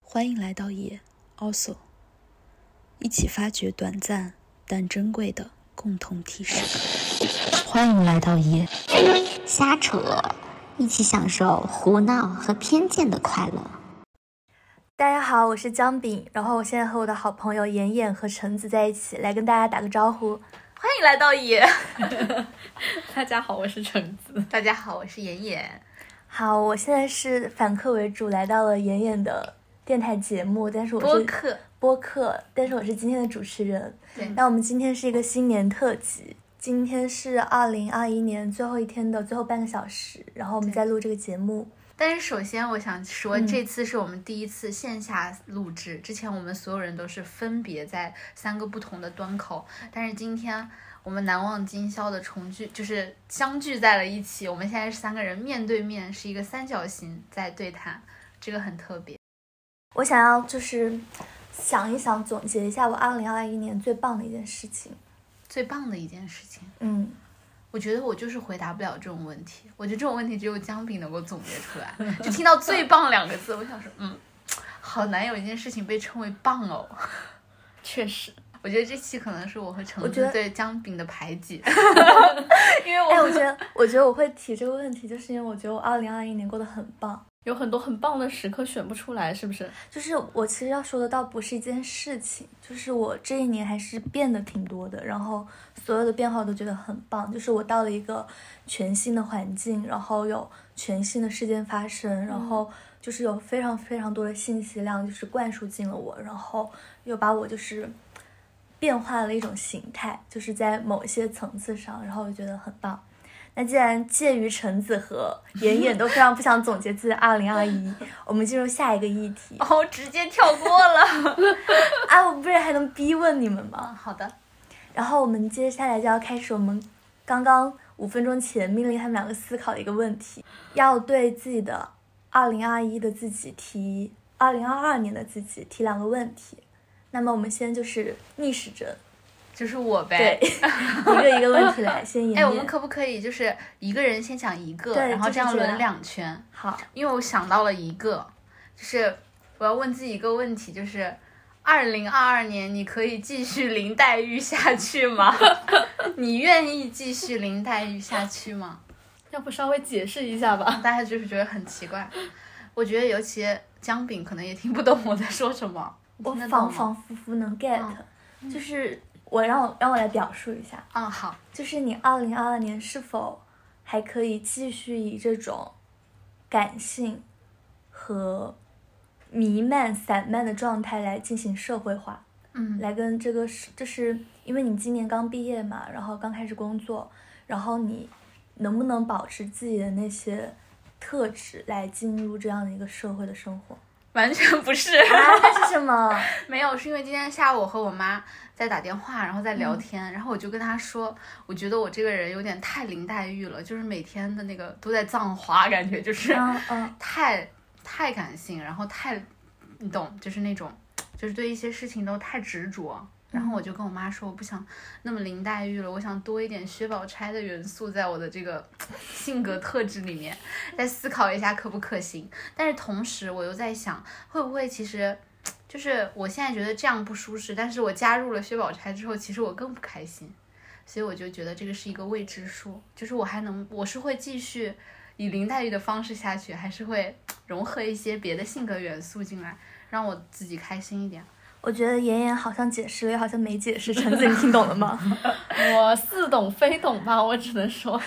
欢迎来到也 also，一起发掘短暂但珍贵的共同体时刻。欢迎来到也瞎扯，一起享受胡闹和偏见的快乐。大家好，我是姜饼，然后我现在和我的好朋友妍妍和橙子在一起，来跟大家打个招呼，欢迎来到 也。大家好，我是橙子。大家好，我是妍妍。好，我现在是反客为主，来到了妍妍的电台节目，但是我是播客播客，但是我是今天的主持人。对那我们今天是一个新年特辑，今天是二零二一年最后一天的最后半个小时，然后我们对在录这个节目。但是首先我想说，嗯这次是我们第一次线下录制，之前我们所有人都是分别在三个不同的端口，但是今天我们难忘今宵的重聚，就是相聚在了一起。我们现在是三个人面对面，是一个三角形在对谈，这个很特别。我想要就是想一想，总结一下我二零二一年最棒的一件事情。最棒的一件事情，嗯，我觉得我就是回答不了这种问题。我觉得这种问题只有姜饼能够总结出来。就听到“最棒”两个字，我想说，嗯，好难有一件事情被称为棒哦。 确实，我觉得这期可能是我和橙我觉子得对姜饼的排 挤，因哎，为我觉得，我觉得我会提这个问题，就是因为我觉得我二零二一年过得很棒。有很多很棒的时刻选不出来，是不是？就是我其实要说的倒不是一件事情，就是我这一年还是变得挺多的，然后所有的变化我都觉得很棒。就是我到了一个全新的环境，然后有全新的事件发生，然后就是有非常非常多的信息量，就是灌输进了我，然后又把我就是变化了一种形态，就是在某一些层次上，然后我觉得很棒。那既然介于橙子和妍妍都非常不想总结自己的二零二一，我们进入下一个议题。哦，直接跳过 了。 啊，我不是还能逼问你们吗？嗯，好的，然后我们接下来就要开始我们刚刚五分钟前命令他们两个思考的一个问题，要对自己的二零二一的自己提，二零二二年的自己提两个问题。那么我们先就是逆时针，就是我呗对，。 一个一个问题来，先演哎，我们可不可以就是一个人先讲一个，对然后就是这样这轮样两圈？好，因为我想到了一个，就是我要问自己一个问题，就是二零二二年你可以继续林黛玉下去 吗？你愿意继续林黛玉下去吗？要不稍微解释一下 吧？大家就是觉得很奇怪。我觉得尤其姜饼可能也听不懂我在说什么，你我听得懂仿吗？仿佛佛能 get，、嗯就是我让我让我来表述一下，嗯，好，就是你二零二二年是否还可以继续以这种感性和弥漫、散漫的状态来进行社会化，嗯，来跟这个是，就是因为你今年刚毕业嘛，然后刚开始工作，然后你能不能保持自己的那些特质来进入这样的一个社会的生活？完全不是，啊，那是什么？ 没有，是因为今天下午我和我妈在打电话，然后在聊天，然后我就跟她说，我觉得我这个人有点太林黛玉了，就是每天的那个都在葬花，感觉就是嗯嗯，太太感性，然后太，你懂，就是那种，就是对一些事情都太执着。然后我就跟我妈说，我不想那么林黛玉了，我想多一点薛宝钗的元素在我的这个性格特质里面， 再思考一下可不可行。但是同时我又在想，会不会其实就是我现在觉得这样不舒适，但是我加入了薛宝钗之后，其实我更不开心。所以我就觉得这个是一个未知数，就是我还能，我是会继续以林黛玉的方式下去，还是会融合一些别的性格元素进来，让我自己开心一点。我觉得妍妍好像解释了，又好像没解释。橙子，你听懂了吗？我似懂非懂吧， 我只能说。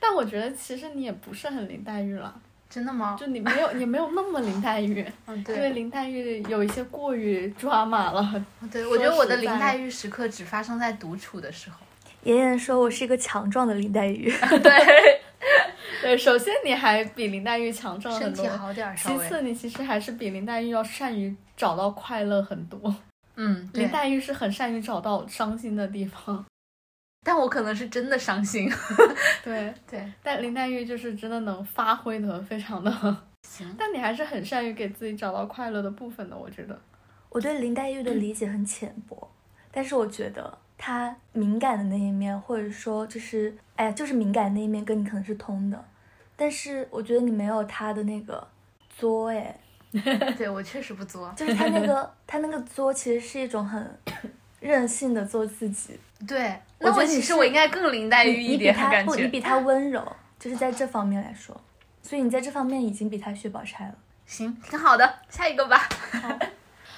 但我觉得其实你也不是很林黛玉了，真的吗？就你没有也没有那么林黛玉，嗯，因为对，林黛玉有一些过于抓马了。对，我觉得我的说实林在黛玉时刻只发生在独处的时候。妍妍说：“我是一个强壮的林黛玉。 对，对，首先你还比林黛玉强壮身很体多，好点儿，稍其微。次你其实还是比林黛玉要善于找到快乐很多。嗯，对林。黛玉是很善于找到伤心的地方，但我可能是真的伤心。对。对，但林黛玉就是真的能发挥的非常的，行，但你还是很善于给自己找到快乐的部分的，我觉得。我对林黛玉的理解很浅薄，但是我觉得她敏感的那一面，或者说就是，哎呀，就是敏感那一面跟你可能是通的，但是我觉得你没有她的那个作，哎，对我确实不作，就是他那 个他那个作，其实是一种很 任性的做自己。对，我那觉得我你其实是我应该更林黛玉你一你比点，感他觉不，你比他温柔，就是在这方面来说，所以你在这方面已经比他薛宝钗了。行，挺好的，下一个吧。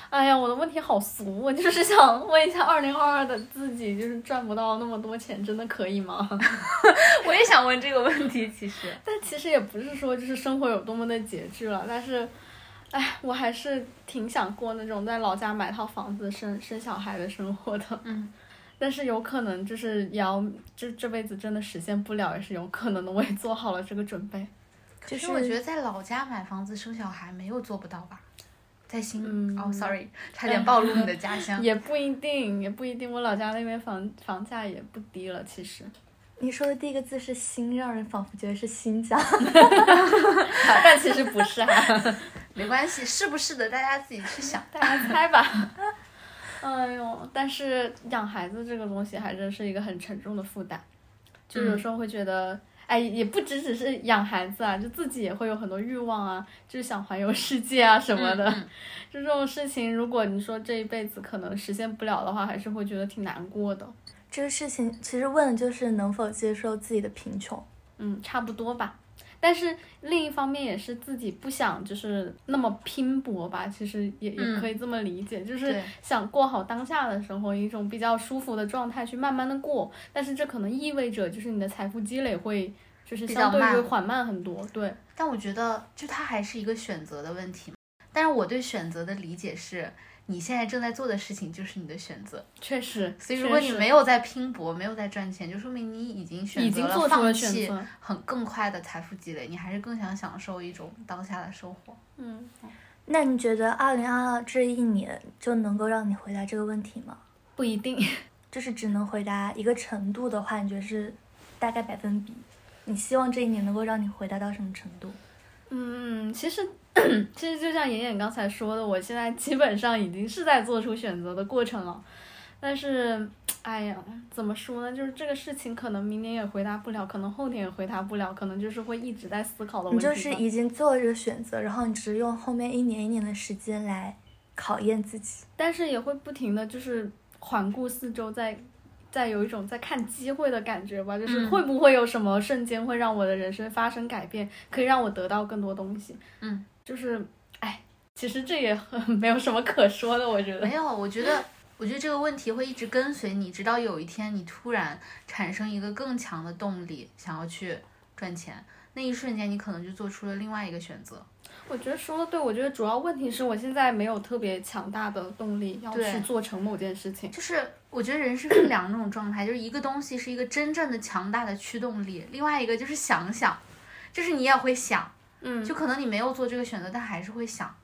哎呀，我的问题好俗，我就是想问一下，二零二二的自己就是赚不到那么多钱，真的可以吗？ 我也想问这个问题，其实但其实也不是说就是生活有多么的拮据了，但是，哎，我还是挺想过那种在老家买套房子、生生小孩的生活的。嗯。 但是有可能就是也要这这辈子真的实现不了，也是有可能的。我也做好了这个准备。就其是实我觉得在老家买房子生小孩没有做不到吧，在新嗯哦，sorry，差 点暴露你的家乡。也不一定，也不一定。我老家那边房房价也不低了，其实， 你说的第一个字是新，让人仿佛觉得是新疆。但其实不是啊。没关系，是不是的，大家自己去想。大家猜吧。 哎呦，但是养孩子这个东西还真是一个很沉重的负担，就嗯有时候会觉得，哎，也不只只是养孩子啊，就自己也会有很多欲望啊，就是想环游世界啊什么的。嗯嗯 就这种事情，如果你说这一辈子可能实现不了的话，还是会觉得挺难过的。这个事情其实问的就是能否接受自己的贫穷。嗯，差不多吧。但是另一方面也是自己不想就是那么拼搏吧，其实也也嗯可以这么理解，就是对想过好当下的生活，以一种比较舒服的状态去慢慢的过。但是这可能意味着就是你的财富积累会就是比相较对于慢缓慢很多，对，但我觉得，就它还是一个选择的问题嘛。但是我对选择的理解是，你现在正在做的事情就是你的选择。确实。所以，如果确你实没有在拼搏，没有在赚钱，就说明你已经选已择经做出了放选弃择很更快的财富积累，你还是更想享受一种当下的生活。嗯，那你觉得二零二二这一年就能够让你回答这个问题吗？不一定，就是只能回答一个程度的话，你觉得是大概百分比？你希望这一年能够让你回答到什么程度？嗯，其实其实就像妍妍刚才说的，我现在基本上已经是在做出选择的过程了。但是，哎呀，怎么说呢？就是这个事情，可能明年也回答不了，可能后年也回答不了，可能就是会一直在思考的问你题吧。就是已经做了这个选择，然后你只是用后面一年一年的时间来考验自己。但是也会不停的就是环顾四周在，在有一种在看机会的感觉吧，就是嗯会不会有什么瞬间会让我的人生发生改变，可以让我得到更多东西。嗯，就是哎，其实这也很 没有什么可说的，我觉得没。有，我觉得，我觉得这个问题会一直跟随你，直到有一天你突然产生一个更强的动力，想要去赚钱，那一瞬间你可能就做出了另外一个选择。我觉得说的对，我觉得主要问题是我现在没有特别强大的动力要对去做成某件事情。就是我觉得人是分两种状态，就是一个东西是一个真正的强大的驱动力，另外一个就是想想，就是你也会想，嗯就可能你没有做这个选择，但还是会想。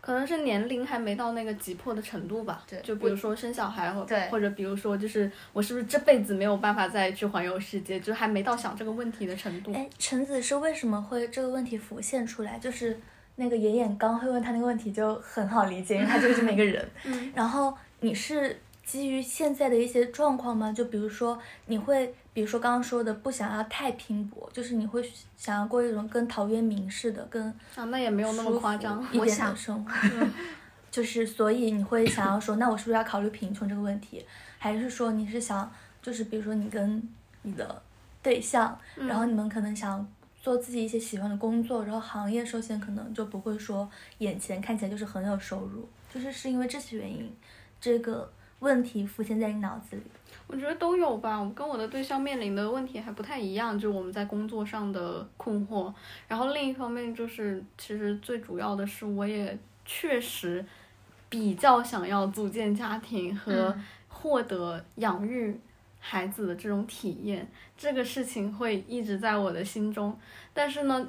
可能是年龄还没到那个急迫的程度吧。对就比如说生小孩，或对或者比如说就是我是不是这辈子没有办法再去环游世界，就还没到想这个问题的程度。哎，橙子是为什么会这个问题浮现出来？就是那个妍妍刚会问他那个问题就很好理解，因为他就是这么一个人。嗯然后你是基于现在的一些状况吗？就比如说你会，比如说刚刚说的不想要太拼搏，就是你会想要过一种跟陶渊明似的、跟啊，那也没有那么夸张 嗯舒。服一我点的想生活。 就是，所以你会想要说，那我是不是要考虑贫穷这个问题？还是说你是想，就是比如说你跟你的对象，然嗯后你们可能想做自己一些喜欢的工作，然后行业首先可能就不会说眼前看起来就是很有收入，就是是因为这些原因，这个问题浮现在你脑子里。我觉得都有吧，我跟我的对象面临的问题还不太一样，就我们在工作上的困惑。然后另一方面就是，其实最主要的是，我也确实比较想要组建家庭和嗯获得养育孩子的这种体验，这个事情会一直在我的心中。但是呢，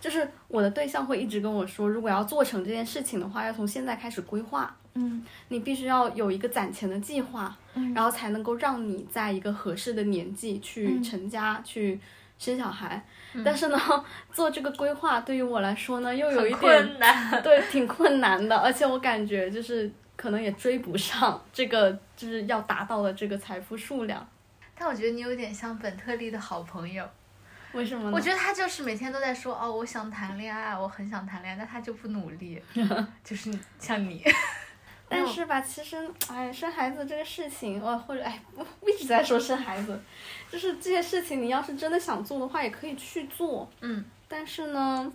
就是我的对象会一直跟我说，如果要做成这件事情的话，要从现在开始规划。嗯，你必须要有一个攒钱的计划，嗯然后才能够让你在一个合适的年纪去嗯成家、去生小孩。但是呢， 做这个规划对于我来说呢，又有一点困 难， 对挺困难的，而且我感觉就是可能也追不上这个就是要达到的这个财富数量。但我觉得你有点像本特利的好朋友，为什么呢？我觉得他就是每天都在说哦，我想谈恋爱，我很想谈恋爱，但他就不努力，就是像你， 但是吧，其实，哎，生孩子这个事情，我或者哎，我我一直在说生孩子，就是这些事情，你要是真的想做的话，也可以去做。嗯，但是呢，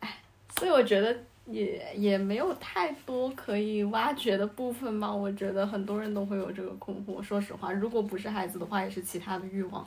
哎，所以我觉得也也没有太多可以挖掘的部分吧。我觉得很多人都会有这个困惑。说实话，如果不是孩子的话，也是其他的欲望，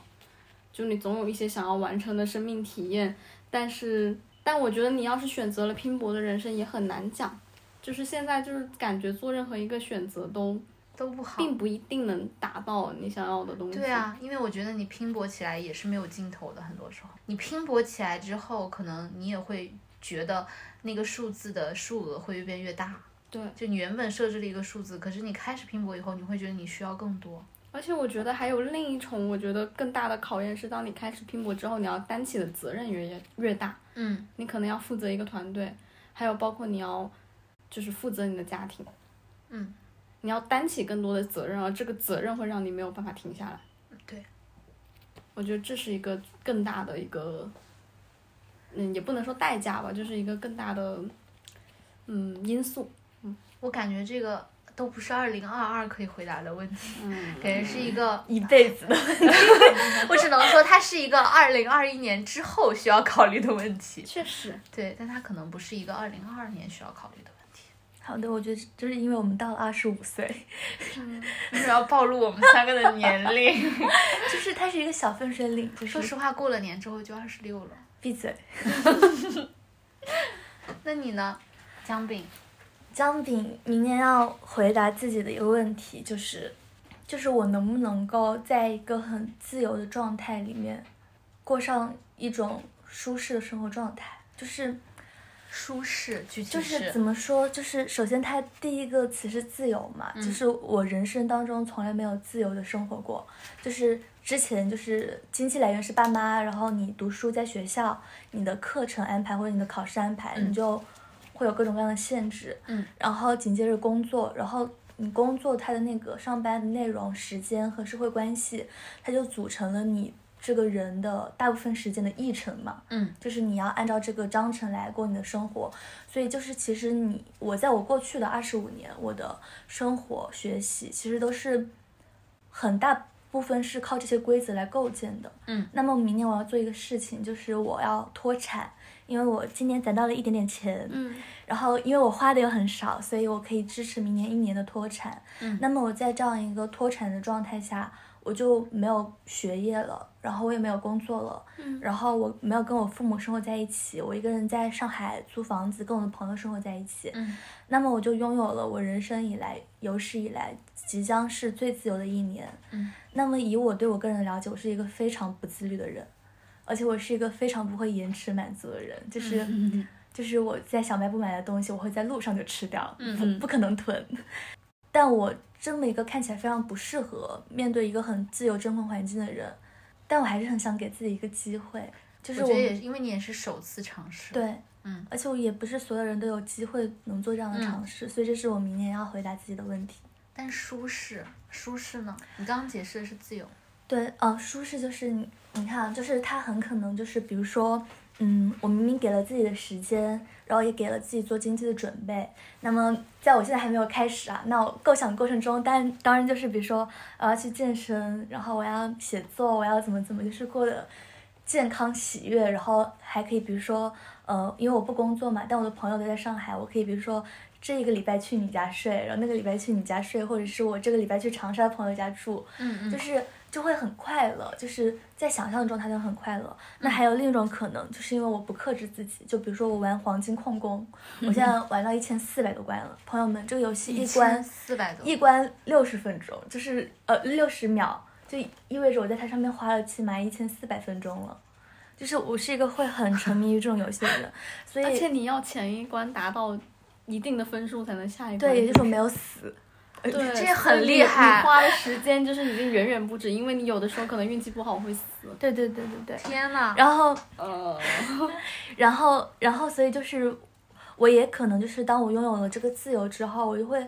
就你总有一些想要完成的生命体验，但是，但我觉得你要是选择了拼搏的人生，也很难讲。就是现在就是感觉做任何一个选择都都不好。并不一定能达到你想要的东西。对，啊，因为我觉得你拼搏起来也是没有尽头的，很多时候你拼搏起来之后，可能你也会觉得那个数字的数额会越变越大。对，就你原本设置了一个数字，可是你开始拼搏以后，你会觉得你需要更多。而且我觉得还有另一重，我觉得更大的考验是，当你开始拼搏之后，你要担起的责任越越大，嗯，你可能要负责一个团队，还有包括你要就是负责你的家庭，嗯，你要担起更多的责任，而这个责任会让你没有办法停下来。嗯对，我觉得这是一个更大的一个，嗯，也不能说代价吧，就是一个更大的，嗯，因素。我感觉这个都不是二零二二可以回答的问题， 感觉是一个，一辈子的。 我只能说它是一个二零二一年之后需要考虑的问题。确实，对，但它可能不是一个二零二二年需要考虑的问题。好的，我觉得就是因为我们到了二十五岁， 为什么要暴露我们三个的年龄？就是它是一个小分水岭，就是 说实话，过了年之后就二十六了。闭嘴。那你呢，姜饼？姜饼明年要回答自己的一个问题，就是，就是我能不能够在一个很自由的状态里面，过上一种舒适的生活状态。就是舒适，具体就是怎么说，就是首先它第一个词是自由嘛，嗯就是我人生当中从来没有自由的生活过，就是之前就是经济来源是爸妈，然后你读书在学校，你的课程安排或者你的考试安排，你就会有各种各样的限制，嗯，然后紧接着工作，然后。你工作它的那个上班的内容、时间和社会关系，它就组成了你这个人的大部分时间的议程嘛。嗯就是你要按照这个章程来过你的生活，所以就是其实你我在我过去的二十五年，我的生活、学习其实都是很大部分是靠这些规则来构建的。嗯，那么明年我要做一个事情，就是我要脱产，因为我今年攒到了一点点钱，嗯，然后因为我花的又很少，所以我可以支持明年一年的脱产。嗯那么我在这样一个脱产的状态下，我就没有学业了，然后我也没有工作了，嗯然后我没有跟我父母生活在一起，我一个人在上海租房子，跟我的朋友生活在一起。嗯那么我就拥有了我人生以来有史以来即将是最自由的一年。嗯，那么以我对我个人的了解，我是一个非常不自律的人，而且我是一个非常不会延迟满足的人，就是、嗯 就是我在小卖部买的东西，我会在路上就吃掉，嗯不可能囤。但我这么一个看起来非常不适合面对一个很自由真空环境的人，但我还是很想给自己一个机会，就是我我觉得也是因为你也是首次尝试。，对，嗯，而且我也不是所有人都有机会能做这样的嗯尝试，所以这是我明年要回答自己的问题。但舒适，舒适呢？你刚刚解释的是自由，对，呃，舒适就是你，你看啊，就是他很可能就是，比如说，嗯，我明明给了自己的时间，然后也给了自己做经济的准备，那么在我现在还没有开始啊，那我构想过程中，但当然就是比如说，我要去健身，然后我要写作，我要怎么怎么，就是过得健康喜悦，然后还可以比如说，呃，因为我不工作嘛，但我的朋友都在上海，我可以比如说。这一个礼拜去你家睡，然后那个礼拜去你家睡，或者是我这个礼拜去长沙朋友家住，嗯就嗯，是就会很快乐，就是在想象的状态就很快乐。那还有另一种可能，就是因为我不克制自己，就比如说我玩黄金矿工，我现在玩到一千四百多关了，朋友们，这个游嗯戏一关四百多，一关六十分钟，就是呃六十秒，就意味着我在它上面花了起码一千四百分钟了。就是我是一个会很沉迷于这种游戏的人， 所而且以你要前一关达到一定的分数才能下一关。对，也就是我没有死。对，这很所以厉你害你花的时间就是已经远远不止，因为你有的时候可能运气不好会死。对对对对对。天呐，然后呃，然后，然后，所以就是，我也可能就是当我拥有了这个自由之后，我就会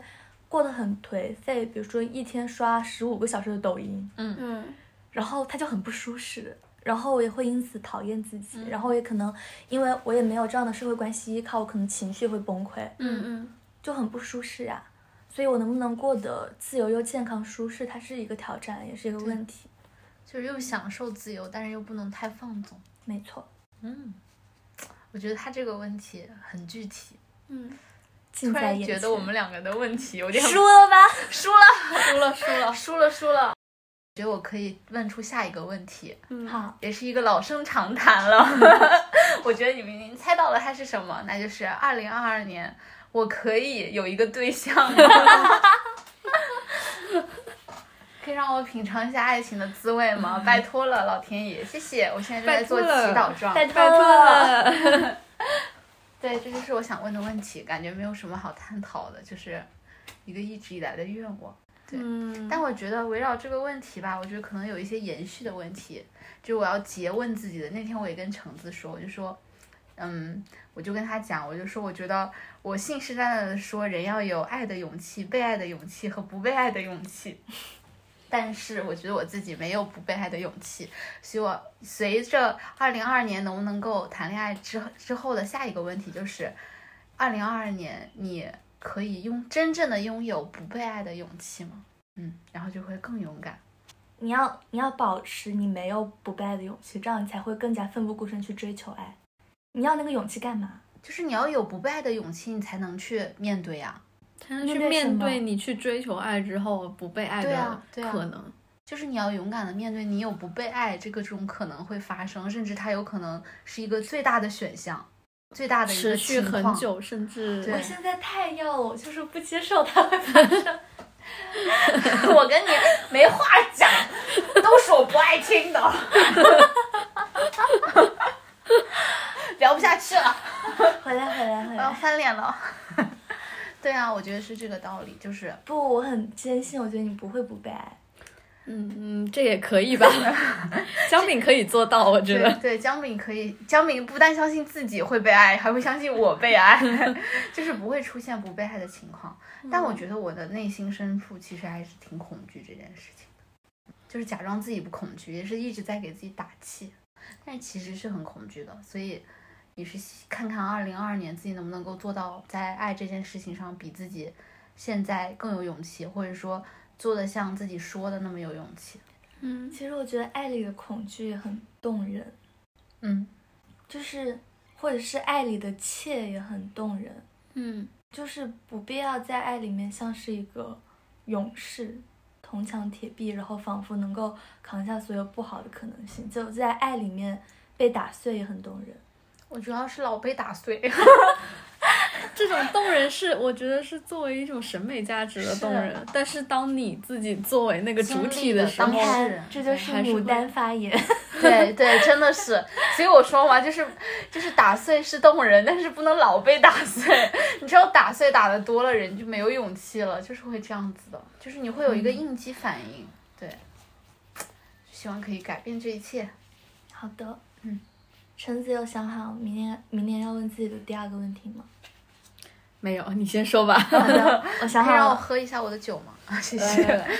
过得很颓废。比如说一天刷十五个小时的抖音，嗯，然后它就很不舒适。然后我也会因此讨厌自己，嗯然后也可能因为我也没有这样的社会关系依靠，我可能情绪会崩溃，嗯嗯，就很不舒适呀、所以我能不能过得自由又健康舒适，它是一个挑战，也是一个问题。就是又享受自由，但是又不能太放纵。没错，嗯，我觉得他这个问题很具体。嗯嗯近突在然眼前。觉得我 们两个的问题有点输了吧？输了，输了输了，输了，输了。觉得我可以问出下一个问题，嗯，好，也是一个老生常谈了。 我觉得你们已经猜到了它是什么，那就是二零二二年，我可以有一个对象吗？ 可以让我品尝一下爱情的滋味嗯吗？拜托了，老天爷，谢谢！我现在正在做拜托了祈祷状。拜拜托了，啊 对，这就是我想问的问题，感觉没有什么好探讨的，就是一个一直以来的愿望。嗯，但我觉得围绕这个问题吧，我觉得可能有一些延续的问题，就我要诘问自己的。那天我也跟橙子说，我就说，嗯，我就跟他讲，我就说，我觉得我信誓旦旦的说，人要有爱的勇气、被爱的勇气和不被爱的勇气。 但是我觉得我自己没有不被爱的勇气，所以我随着二零二二年能不能够谈恋爱之后之后的下一个问题就是，二零二二年你可以用真正的拥有不被爱的勇气吗？嗯，然后就会更勇敢。你要你要保持你没有不被爱的勇气，这样你才会更加奋不顾身去追求爱。你要那个勇气干嘛？就是你要有不被爱的勇气，你才能去面对呀、才能去面对什面么对你去追求爱之后不被爱对的啊对啊可能。就是你要勇敢的面对你有不被爱这个这种可能会发生，甚至它有可能是一个最大的选项，最大的一持个续情况很。久，甚至对我现在太要了，我就是不接受它会发生。 我跟你没话讲， 都是我不爱听的， 聊不下去了。回来回来回我要来！翻脸了。 对啊，我觉得是这个道理，就是不，我很坚信，我觉得你不会不被爱。嗯嗯，这也可 以吧， 姜饼可以做到，我觉对得。对，姜饼可以，姜饼不但相信自己会被爱，还会相信我被爱， 就是不会出现不被爱的情况。但我觉得我的内心深处其实还是挺恐惧这件事情的，就是假装自己不恐惧，也是一直在给自己打气，但是其实是很恐惧的。所以也是看看二零二二年自己能不能够做到在爱这件事情上比自己现在更有勇气，或者说做的像自己说的那么有勇气。嗯，其实我觉得爱里的恐惧也很动人，嗯，就是或者是爱里的怯也很动人，嗯，就是不必要在爱里面像是一个勇士，铜墙铁壁，然后仿佛能够扛下所有不好的可能性，就在爱里面被打碎也很动人。我主要是老被打碎。这种动人是我觉得是作为一种审美价值的是动人，但是当你自己作为那个主经体历的时候当，下哦是看， 这就是还是会牡丹发言。 对对，真的是，所以我说嘛，就是就是打碎是动人，但是不能老被打碎。你知道打碎打的多了，人就没有勇气了，就是会这样子的，就是你会有一个应激反应。对，希望可以改变这一切。好的，嗯，橙子有想好明年明年要问自己的第二个问题 吗？没有，你先说吧。好的，我想可以好让我了。喝一下我的酒吗？啊，谢谢。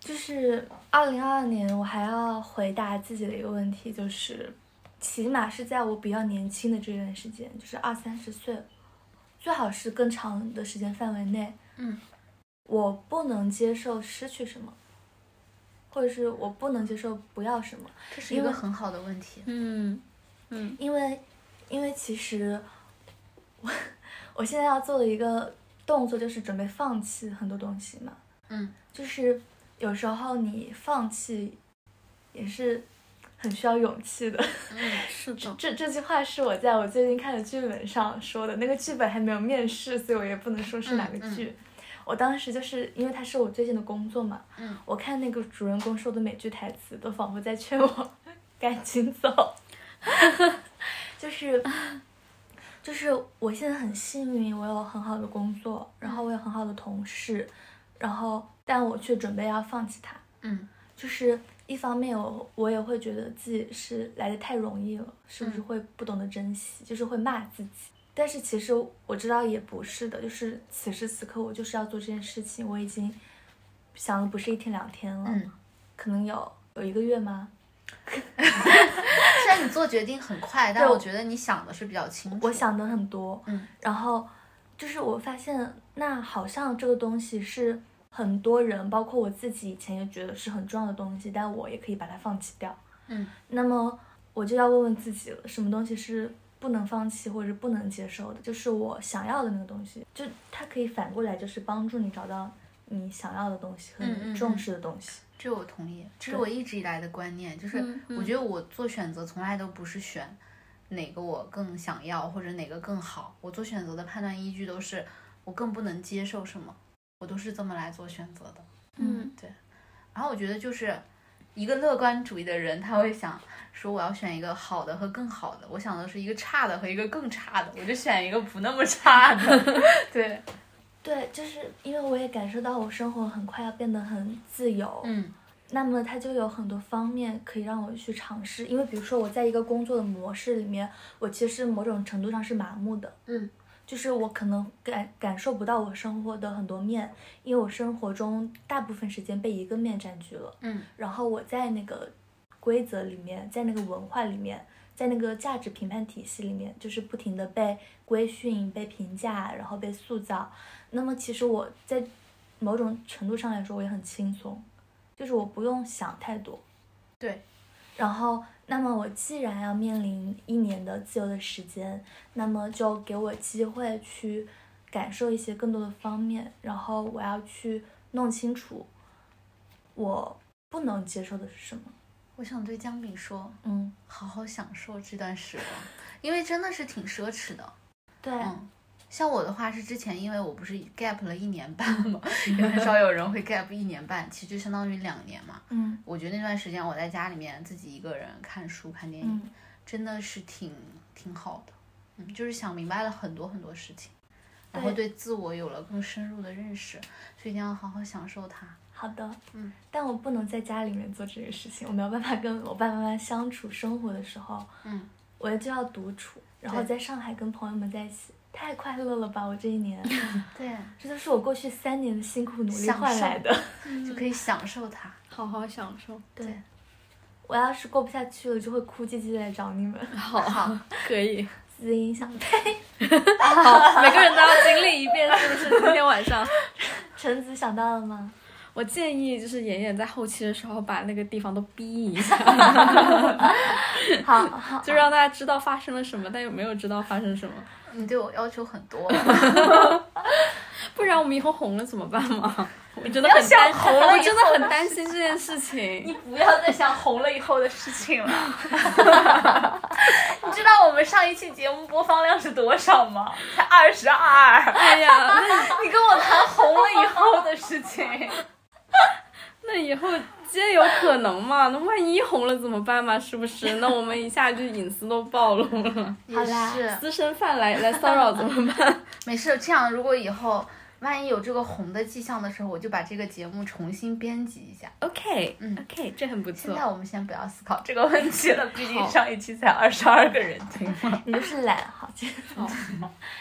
就是二零二二年，我还要回答自己的一个问题，就是起码是在我比较年轻的这段时间，就是二三十岁，最好是更长的时间范围内，嗯，我不能接受失去什么，或者是我不能接受不要什么，这是一因个为很好的问题。嗯因为，因为其实我我现在要做的一个动作就是准备放弃很多东西嘛。嗯，就是有时候你放弃也是很需要勇气的。嗯，是 的，这这句话是我在我最近看的剧本上说的，那个剧本还没有面试，所以我也不能说是哪个剧。我当时就是因为它是我最近的工作嘛，嗯我看那个主人公说的每句台词都仿佛在劝我 赶紧走， 就是就是我现在很幸运，我有很好的工作，然后我有很好的同事，然后但我却准备要放弃它，嗯就是一方面我我也会觉得自己是来的太容易了，是不是嗯会不懂得珍惜，就是会骂自己。但是其实我知道也不是的，就是此时此刻我就是要做这件事情，我已经想了不是一天两天了，嗯可能有有一个月吗？虽然你做决定很快，但对我觉得你想的是比较清楚。我，想的很多，嗯，然后就是我发现，那好像这个东西是很多人，包括我自己以前也觉得是很重要的东西，但我也可以把它放弃掉。嗯，那么我就要问问自己了，什么东西是不能放弃或者不能接受的？就是我想要的那个东西，就它可以反过来就是帮助你找到你想要的东西和嗯嗯你嗯重视的东西。这我同意，这是对我一直以来的观念，就是嗯嗯我觉得我做选择从来都不是选哪个我更想要或者哪个更好，我做选择的判断依据都是我更不能接受什么，我都是这么来做选择的。嗯然后我觉得就是一个乐观主义的人，他会想说我要选一个好的和更好的，我想的是一个差的和一个更差的，我就选一个不那么差的。 对，对，就是因为我也感受到我生活很快要变得很自由，嗯那么它就有很多方面可以让我去尝试，因为比如说我在一个工作的模式里面，我其实某种程度上是麻木的，嗯，就是我可能感感受不到我生活的很多面，因为我生活中大部分时间被一个面占据了，嗯然后我在那个规则里面，在那个文化里面，在那个价值评判体系里面，就是不停的被规训、被评价，然后被塑造。那么其实我在某种程度上来说，我也很轻松，就是我不用想太多。对。然后，那么我既然要面临一年的自由的时间，那么就给我机会去感受一些更多的方面，然后我要去弄清楚我不能接受的是什么。我想对姜饼说，嗯，好好享受这段时光，因为真的是挺奢侈的。对，嗯，像我的话是之前，因为我不是 gap 了一年半嘛，也很少有人会 gap 一年半，其实就相当于两年嘛。嗯我觉得那段时间我在家里面自己一个人看书、看电影，嗯真的是挺挺好的，嗯，就是想明白了很多很多事情，然后对对自我有了更深入的认识，所以一定要好好享受它。好的，嗯，但我不能在家里面做这个事情，我没有办法跟我爸爸妈妈相处生活的时候，嗯，我就要独处，然后对在上海跟朋友们在一起，太快乐了吧！我这一 年，对，这都是我过去三年的辛苦努力享换来的。就可以享受它。好好享受。对，我要是过不下去了，就会哭唧唧地来找你们， 好，好可以。滋阴相配。好，每个人都要经历一遍，是不是？今天晚上，橙子想到了吗？ 我建议就是妍妍在后期的时候把那个地方都逼一下， 好好，就让大家知道发生了什么，但又没有知道发生什么。你对我要求很多，不然我们以后红了怎么办嘛？ 我真的很担，红了以后我真的很担心这件事情。不要再想红了以后的事情了。 你知道我们上一期节目播放量是多少吗？才二十二。哎 呀，那你跟我谈红了以后的事情，那以后皆有可能嘛？那万一红了怎么办嘛？是不是？那我们一下就隐私都暴露了，好啦也是私生饭来来骚扰怎么办？没事，这样如果以后万一有这个红的迹象的时候，我就把这个节目重新编辑一下。 OK， 嗯 o k 这很不现错。在我们先不要思考这个问题了，毕竟 好上一期才二十二个人听。你就是懒，好，这好，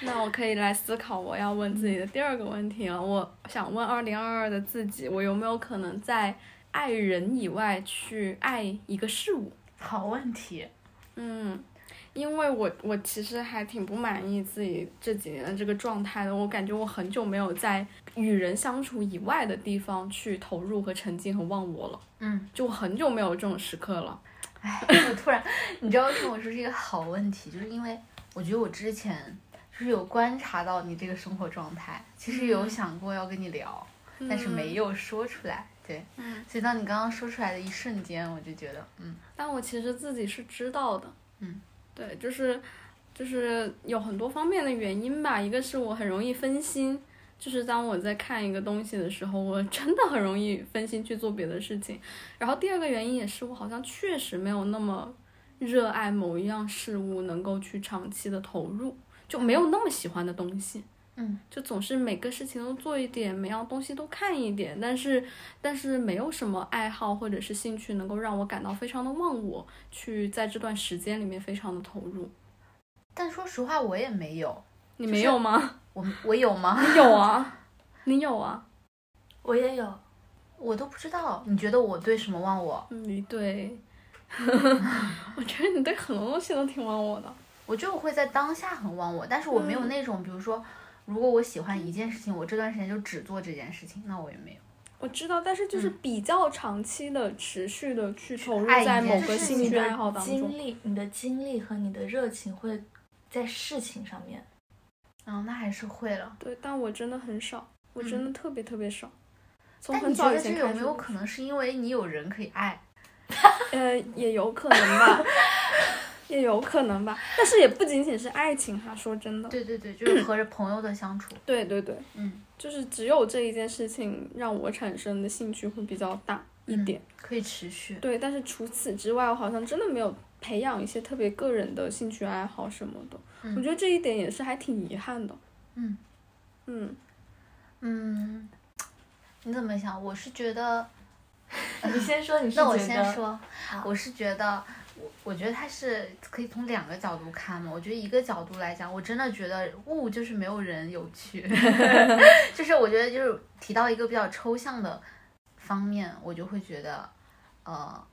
那我可以来思考我要问自己的第二个问题了。我想问二零二二的自己，我有没有可能在爱人以外去爱一个事物？好问题，嗯，因为我我其实还挺不满意自己这几年的这个状态的，我感觉我很久没有在与人相处以外的地方去投入和沉浸和忘我了，嗯，就我很久没有这种时刻了。哎，我突然，你知道为什么我说是一个好问题，就是因为我觉得我之前就是有观察到你这个生活状态，其实有想过要跟你聊，但是没有说出来。对，嗯所以当你刚刚说出来的一瞬间，我就觉得，嗯，但我其实自己是知道的，嗯，对，就是就是有很多方面的原因吧，一个是我很容易分心，就是当我在看一个东西的时候，我真的很容易分心去做别的事情。然后第二个原因也是我好像确实没有那么热爱某一样事物，能够去长期的投入，就没有那么喜欢的东西。嗯，就总是每个事情都做一点，每样东西都看一点，但是但是没有什么爱好或者是兴趣能够让我感到非常的忘我，去在这段时间里面非常的投入。但说实话，我也没有，你就没是 有吗？我我有吗？ 你有啊， 你有啊。我也有，我都不知道。你觉得我对什么忘我？嗯，你对 我觉得你对很多东西都挺忘我的。我就会在当下很忘我，但是我没有那种，比如说，如果我喜欢一件事情，我这段时间就只做这件事情，那我也没有。我知道，但是就是比较长期的、持续的去投入嗯爱一在件某事个情兴你趣爱好的当精中。力，你的精力和你的热情会在事情上面。嗯，那还是会了。对，但我真的很少，我真的特别特别少。嗯从但很你觉早得以这前有没开始，有可能是因为你有人可以爱？呃，也有可能吧， 也有可能吧。但是也不仅仅是爱情哈，说真的，对对对，就是和着朋友的相处。对对对，嗯，就是只有这一件事情让我产生的兴趣会比较大一嗯点。可以持续。对，但是除此之外，我好像真的没有培养一些特别个人的兴趣爱好什么的。嗯我觉得这一点也是还挺遗憾的。嗯嗯，嗯，你怎么想？我是觉得， 你先说，你是那我觉先得啊说，我是觉得，我我觉得它是可以从两个角度看嘛。我觉得一个角度来讲，我真的觉得物就是没有人有趣， 就是我觉得就是提到一个比较抽象的方面，我就会觉得，呃，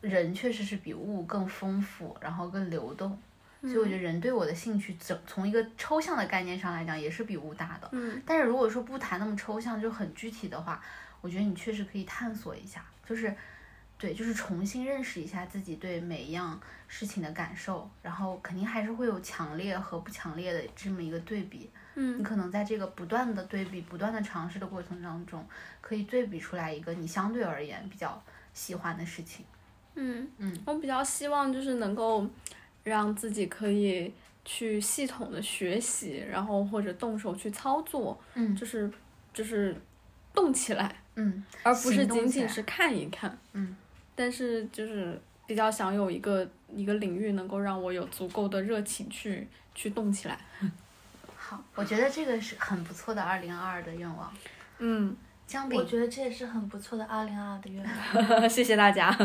人确实是比物更丰富，然后更流动。所以我觉得人对我的兴趣，整从一个抽象的概念上来讲，也是比物大的。嗯，但是如果说不谈那么抽象，就很具体的话，我觉得你确实可以探索一下，就是，对，就是重新认识一下自己对每一样事情的感受，然后肯定还是会有强烈和不强烈的这么一个对比。嗯你可能在这个不断的对比、不断的尝试的过程当中，可以对比出来一个你相对而言比较喜欢的事情。嗯嗯，我比较希望就是能够让自己可以去系统的学习，然后或者动手去操作，嗯就是就是动起来，嗯而不是行动仅起仅来是看一看。嗯，但是就是比较想有一个一个领域能够让我有足够的热情去去动起来。好，我觉得这个是很不错的二零二二的愿望。 嗯，姜饼我，觉得这也是很不错的二零二的愿望。 谢谢大家。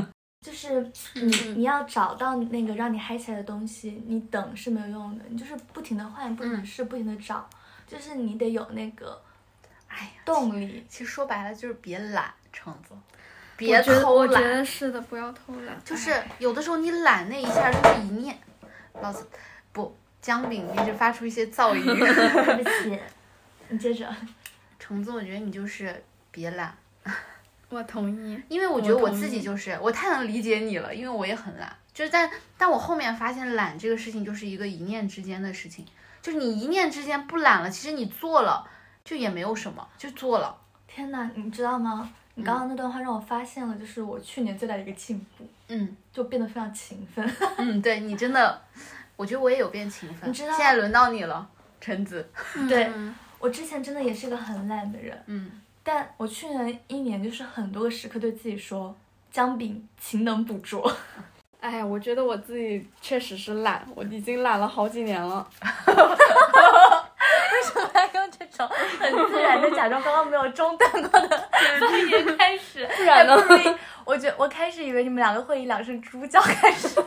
就是嗯你你要找到那个让你嗨起来的东西，你等是没有用的，你就是不停的换，不停嗯的试，不停的找，就是你得有那个哎呀，动力。其实说白了就是别懒，橙子，我别觉得偷我觉懒。得是的，不要偷懒。哎就是有的时候你懒那一下，就是一念，老子不姜饼一直发出一些噪 音。对不起，你接着。橙子，我觉得你就是别懒，我同意。因为我觉得我我同意自己就是我太能理解你了，因为我也很懒。就是但但我后面发现懒这个事情就是一个一念之间的事情，就是你一念之间不懒了，其实你做了就也没有什么，就做了。天哪，你知道吗？你刚刚那段话让我发现了，就是我去年最大的一个进步，嗯就变得非常勤奋。嗯，对你真的，我觉得我也有变勤奋。你知道现在轮到你了，橙子。 对嗯我之前真的也是个很懒的人，嗯，但我去年一年就是很多个时刻对自己说，姜饼勤能捕捉。哎呀，我觉得我自己确实是懒，我已经懒了好几年了。他用这种很自然的假装刚刚没有中断过的发言开 始，不然呢我觉我开始以为你们两个会以两声猪叫开始。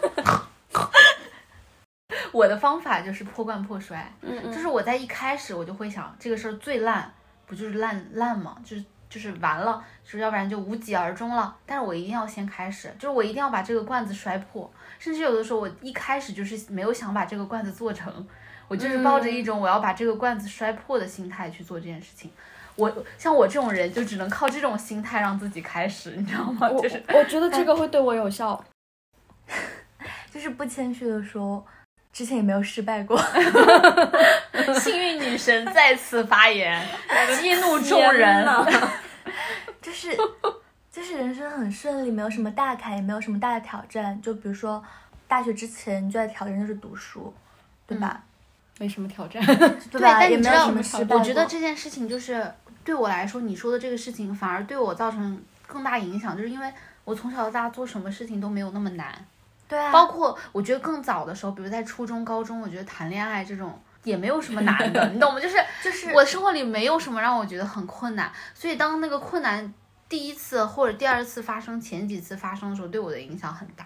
我的方法就是破罐破摔，嗯就是我在一开始我就会想这个事儿最烂，不就是烂烂吗？就是就是完了，就是要不然就无疾而终了。但是我一定要先开始，就是我一定要把这个罐子摔破。甚至有的时候我一开始就是没有想把这个罐子做成，我就是抱嗯着一种我要把这个罐子摔破的心态去做这件事情。我像我这种人，就只能靠这种心态让自己开始，你知道吗？我嗯就是我觉得这个会对我有效。就是不谦虚的说，之前也没有失败过。 幸运女神再次发言，激怒众 天人。呐就是就是人生很顺利，没有什么大坎，也没有什么大的挑战。就比如说大学之前你最大的挑战就是读书，对吧？没什么挑战。 对嗯对，吧？但你也没知有道，什么失败我觉得过这件事情就是对我来说，你说的这个事情反而对我造成更大影响，就是因为我从小到大做什么事情都没有那么难，对啊，包括我觉得更早的时候，比如在初中、高中，我觉得谈恋爱这种。也没有什么难的，你懂 吗？就是就是我生活里没有什么让我觉得很困难，所以当那个困难第一次或者第二次发生、前几次发生的时候，对我的影响很大，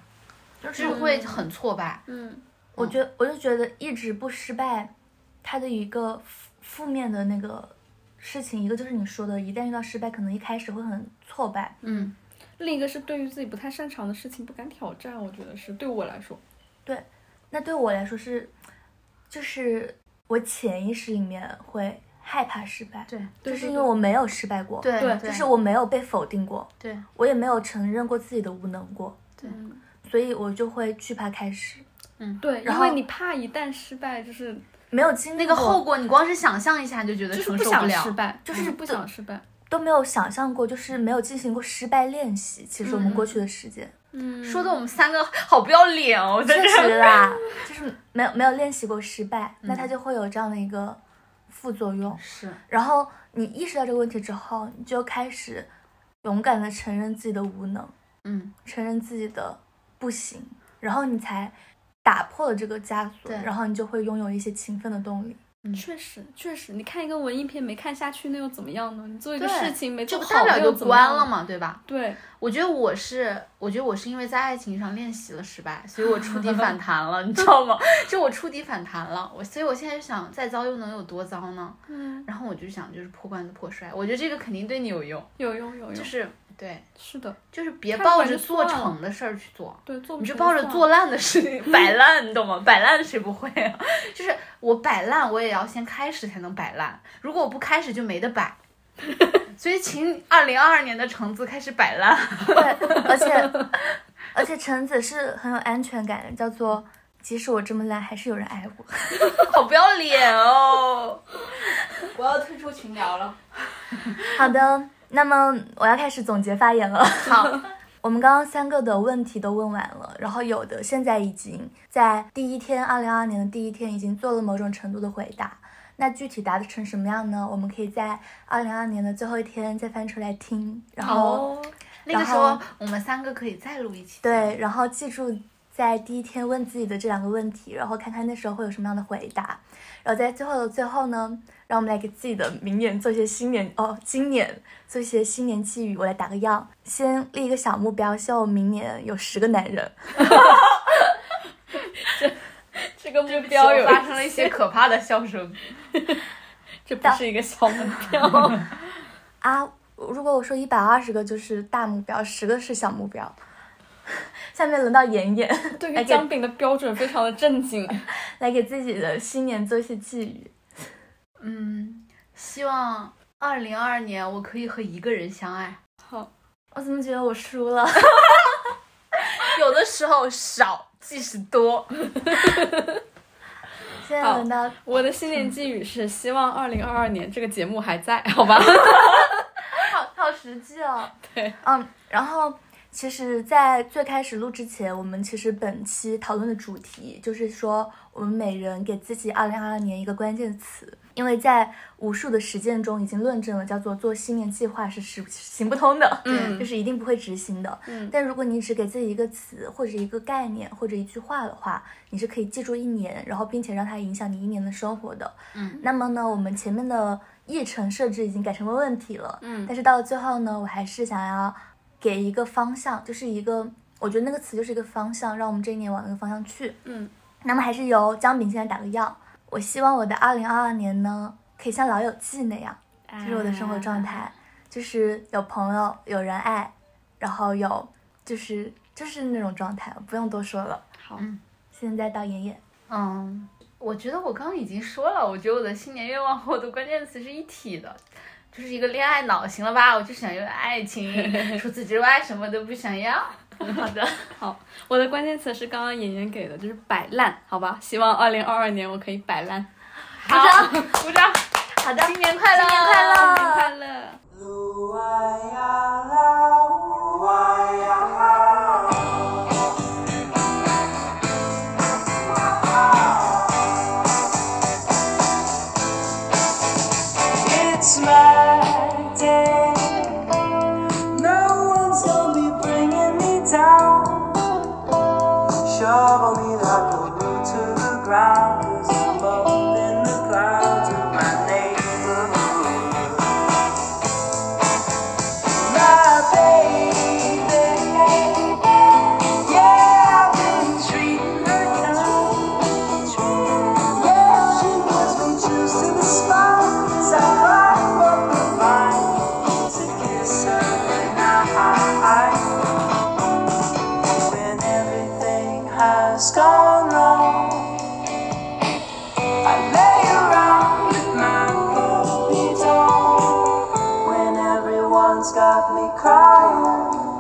就是会很挫败。嗯我觉我就觉得一直不失败，它的一个负负面的那个事情，一个就是你说的，一旦遇到失败，可能一开始会很挫败，嗯，另一个是对于自己不太擅长的事情不敢挑战，我觉得是对我来说，那对我来说是，就是我潜意识里面会害怕失败，对对就是对因为我没有失败过，对对对，就是我没有被否定过，对我也没有承认过自己的无能过，对嗯所以我就会惧怕开始，对，然因后为你怕一旦失败，就是没有经历那个过后果，你光是想象一下哦就觉得就是承不受想了失。败，嗯就是不想失败。都没有想象过，就是没有进行过失败练习。其实我们嗯过去的时间，嗯，说的我们三个好不要脸哦，真确是。 实啦，嗯就是没有没有练习过失败，那它就会有这样的一个副作用。是，然后你意识到这个问题之后，你就开始勇敢的承认自己的无能，嗯，承认自己的不行，然后你才打破了这个枷锁，对然后你就会拥有一些勤奋的动 力。嗯确实确实，你看一个文艺片没看下去，那又怎么样呢？你做一个对事情没就做不大好，不了那又就怎么关样了呢？嘛，对吧？对，我觉得我是，我觉得我是因为在爱情上练习了失败，所以我触底反弹 了，你知道吗？就我触底反弹了，我所以我现在就想再糟又能有多糟呢？嗯，然后我就想就是破罐子破摔，我觉得这个肯定对你有用，有用有用，就是对，是的，就是别看不抱惯着就做算了成的事儿去做，对，做不你就成抱着算做了烂的事情摆烂，你懂 吗？摆烂谁不会啊？就是我摆烂，我也要先开始才能摆烂，如果我不开始就没得 摆。所以，请二零二二年的橙子开始摆烂。对，而且而且橙子是很有安全感的，叫做即使我这么烂，还是有人爱我。好不要脸哦！ 我要退出群聊了。好的，那么我要开始总结发言了。 好，我们刚刚三个的问题都问完了，然后有的现在已经在第一天，二零二二年的第一天已经做了某种程度的回答。那具体答的成什么样呢？我们可以在二零二年的最后一天再翻出来听，然后、哦，那个时然候后我们三个可以再录一期。对，然后记住在第一天问自己的这两个问题，然后看看那时候会有什么样的回答。然后在最后的最后呢，让我们来给自己的明年做一些新年哦，今年做一些新年寄语。我来打个样，先立一个小目标，希望我明年有十个男人。这个目对不起，标有我发生了一些可怕的笑声。这不是一个小目标，啊，如果我说一百二十个就是大目标，十个是小目标。 下面轮到妍 妍 对哎来给于姜饼的标准非常的正经。来给自己的新年做一些寄语。 嗯，希望二零二二年我可以和一个人相爱。好，我怎么觉得我输了？ 有的时候少即是多。 现在好轮到我的新年寄语是希望二零二二年这个节目还在，好吧？好好实际哦。 对，嗯，然后其实，在最开始录之前，我们其实本期讨论的主题就是说，我们每人给自己二零二二年一个关键词，因为在无数的实践中已经论证了，叫做做新年计划是实行不通的，嗯 就是一定不会执行的。嗯但如果你只给自己一个词或者一个概念或者一句话的话，你是可以记住一年，然后并且让它影响你一年的生活的。嗯，那么呢，我们前面的议程设置已经改成了问题了。嗯但是到了最后呢，我还是想要给一个方向，就是一个，我觉得那个词就是一个方向，让我们这一年往那个方向去。嗯，那么还是由姜饼先来打个样。我希望我的二零二二年呢，可以像老友记那样，这是我的生活状态，啊就是有朋友，有人爱，然后有就是就是那种状态，不用多说了。嗯好，现在到妍妍，嗯，我觉得我刚刚已经说了，我觉得我的新年愿望和我的关键词是一体的，就是一个恋爱脑，行了吧？我就想要爱情，除此之外什么都不想要。 好的，我的关键词是刚刚妍妍给的，就是摆烂，好吧？希望二零二二年我可以摆烂。好，鼓掌，好的，新年快乐，新年快乐新年快乐！ It's my day. No one's gonna be bringing me down. Shovel me like a root to the ground. 'cause I'm up in the clouds with my neighborhood. once got me crying. oh.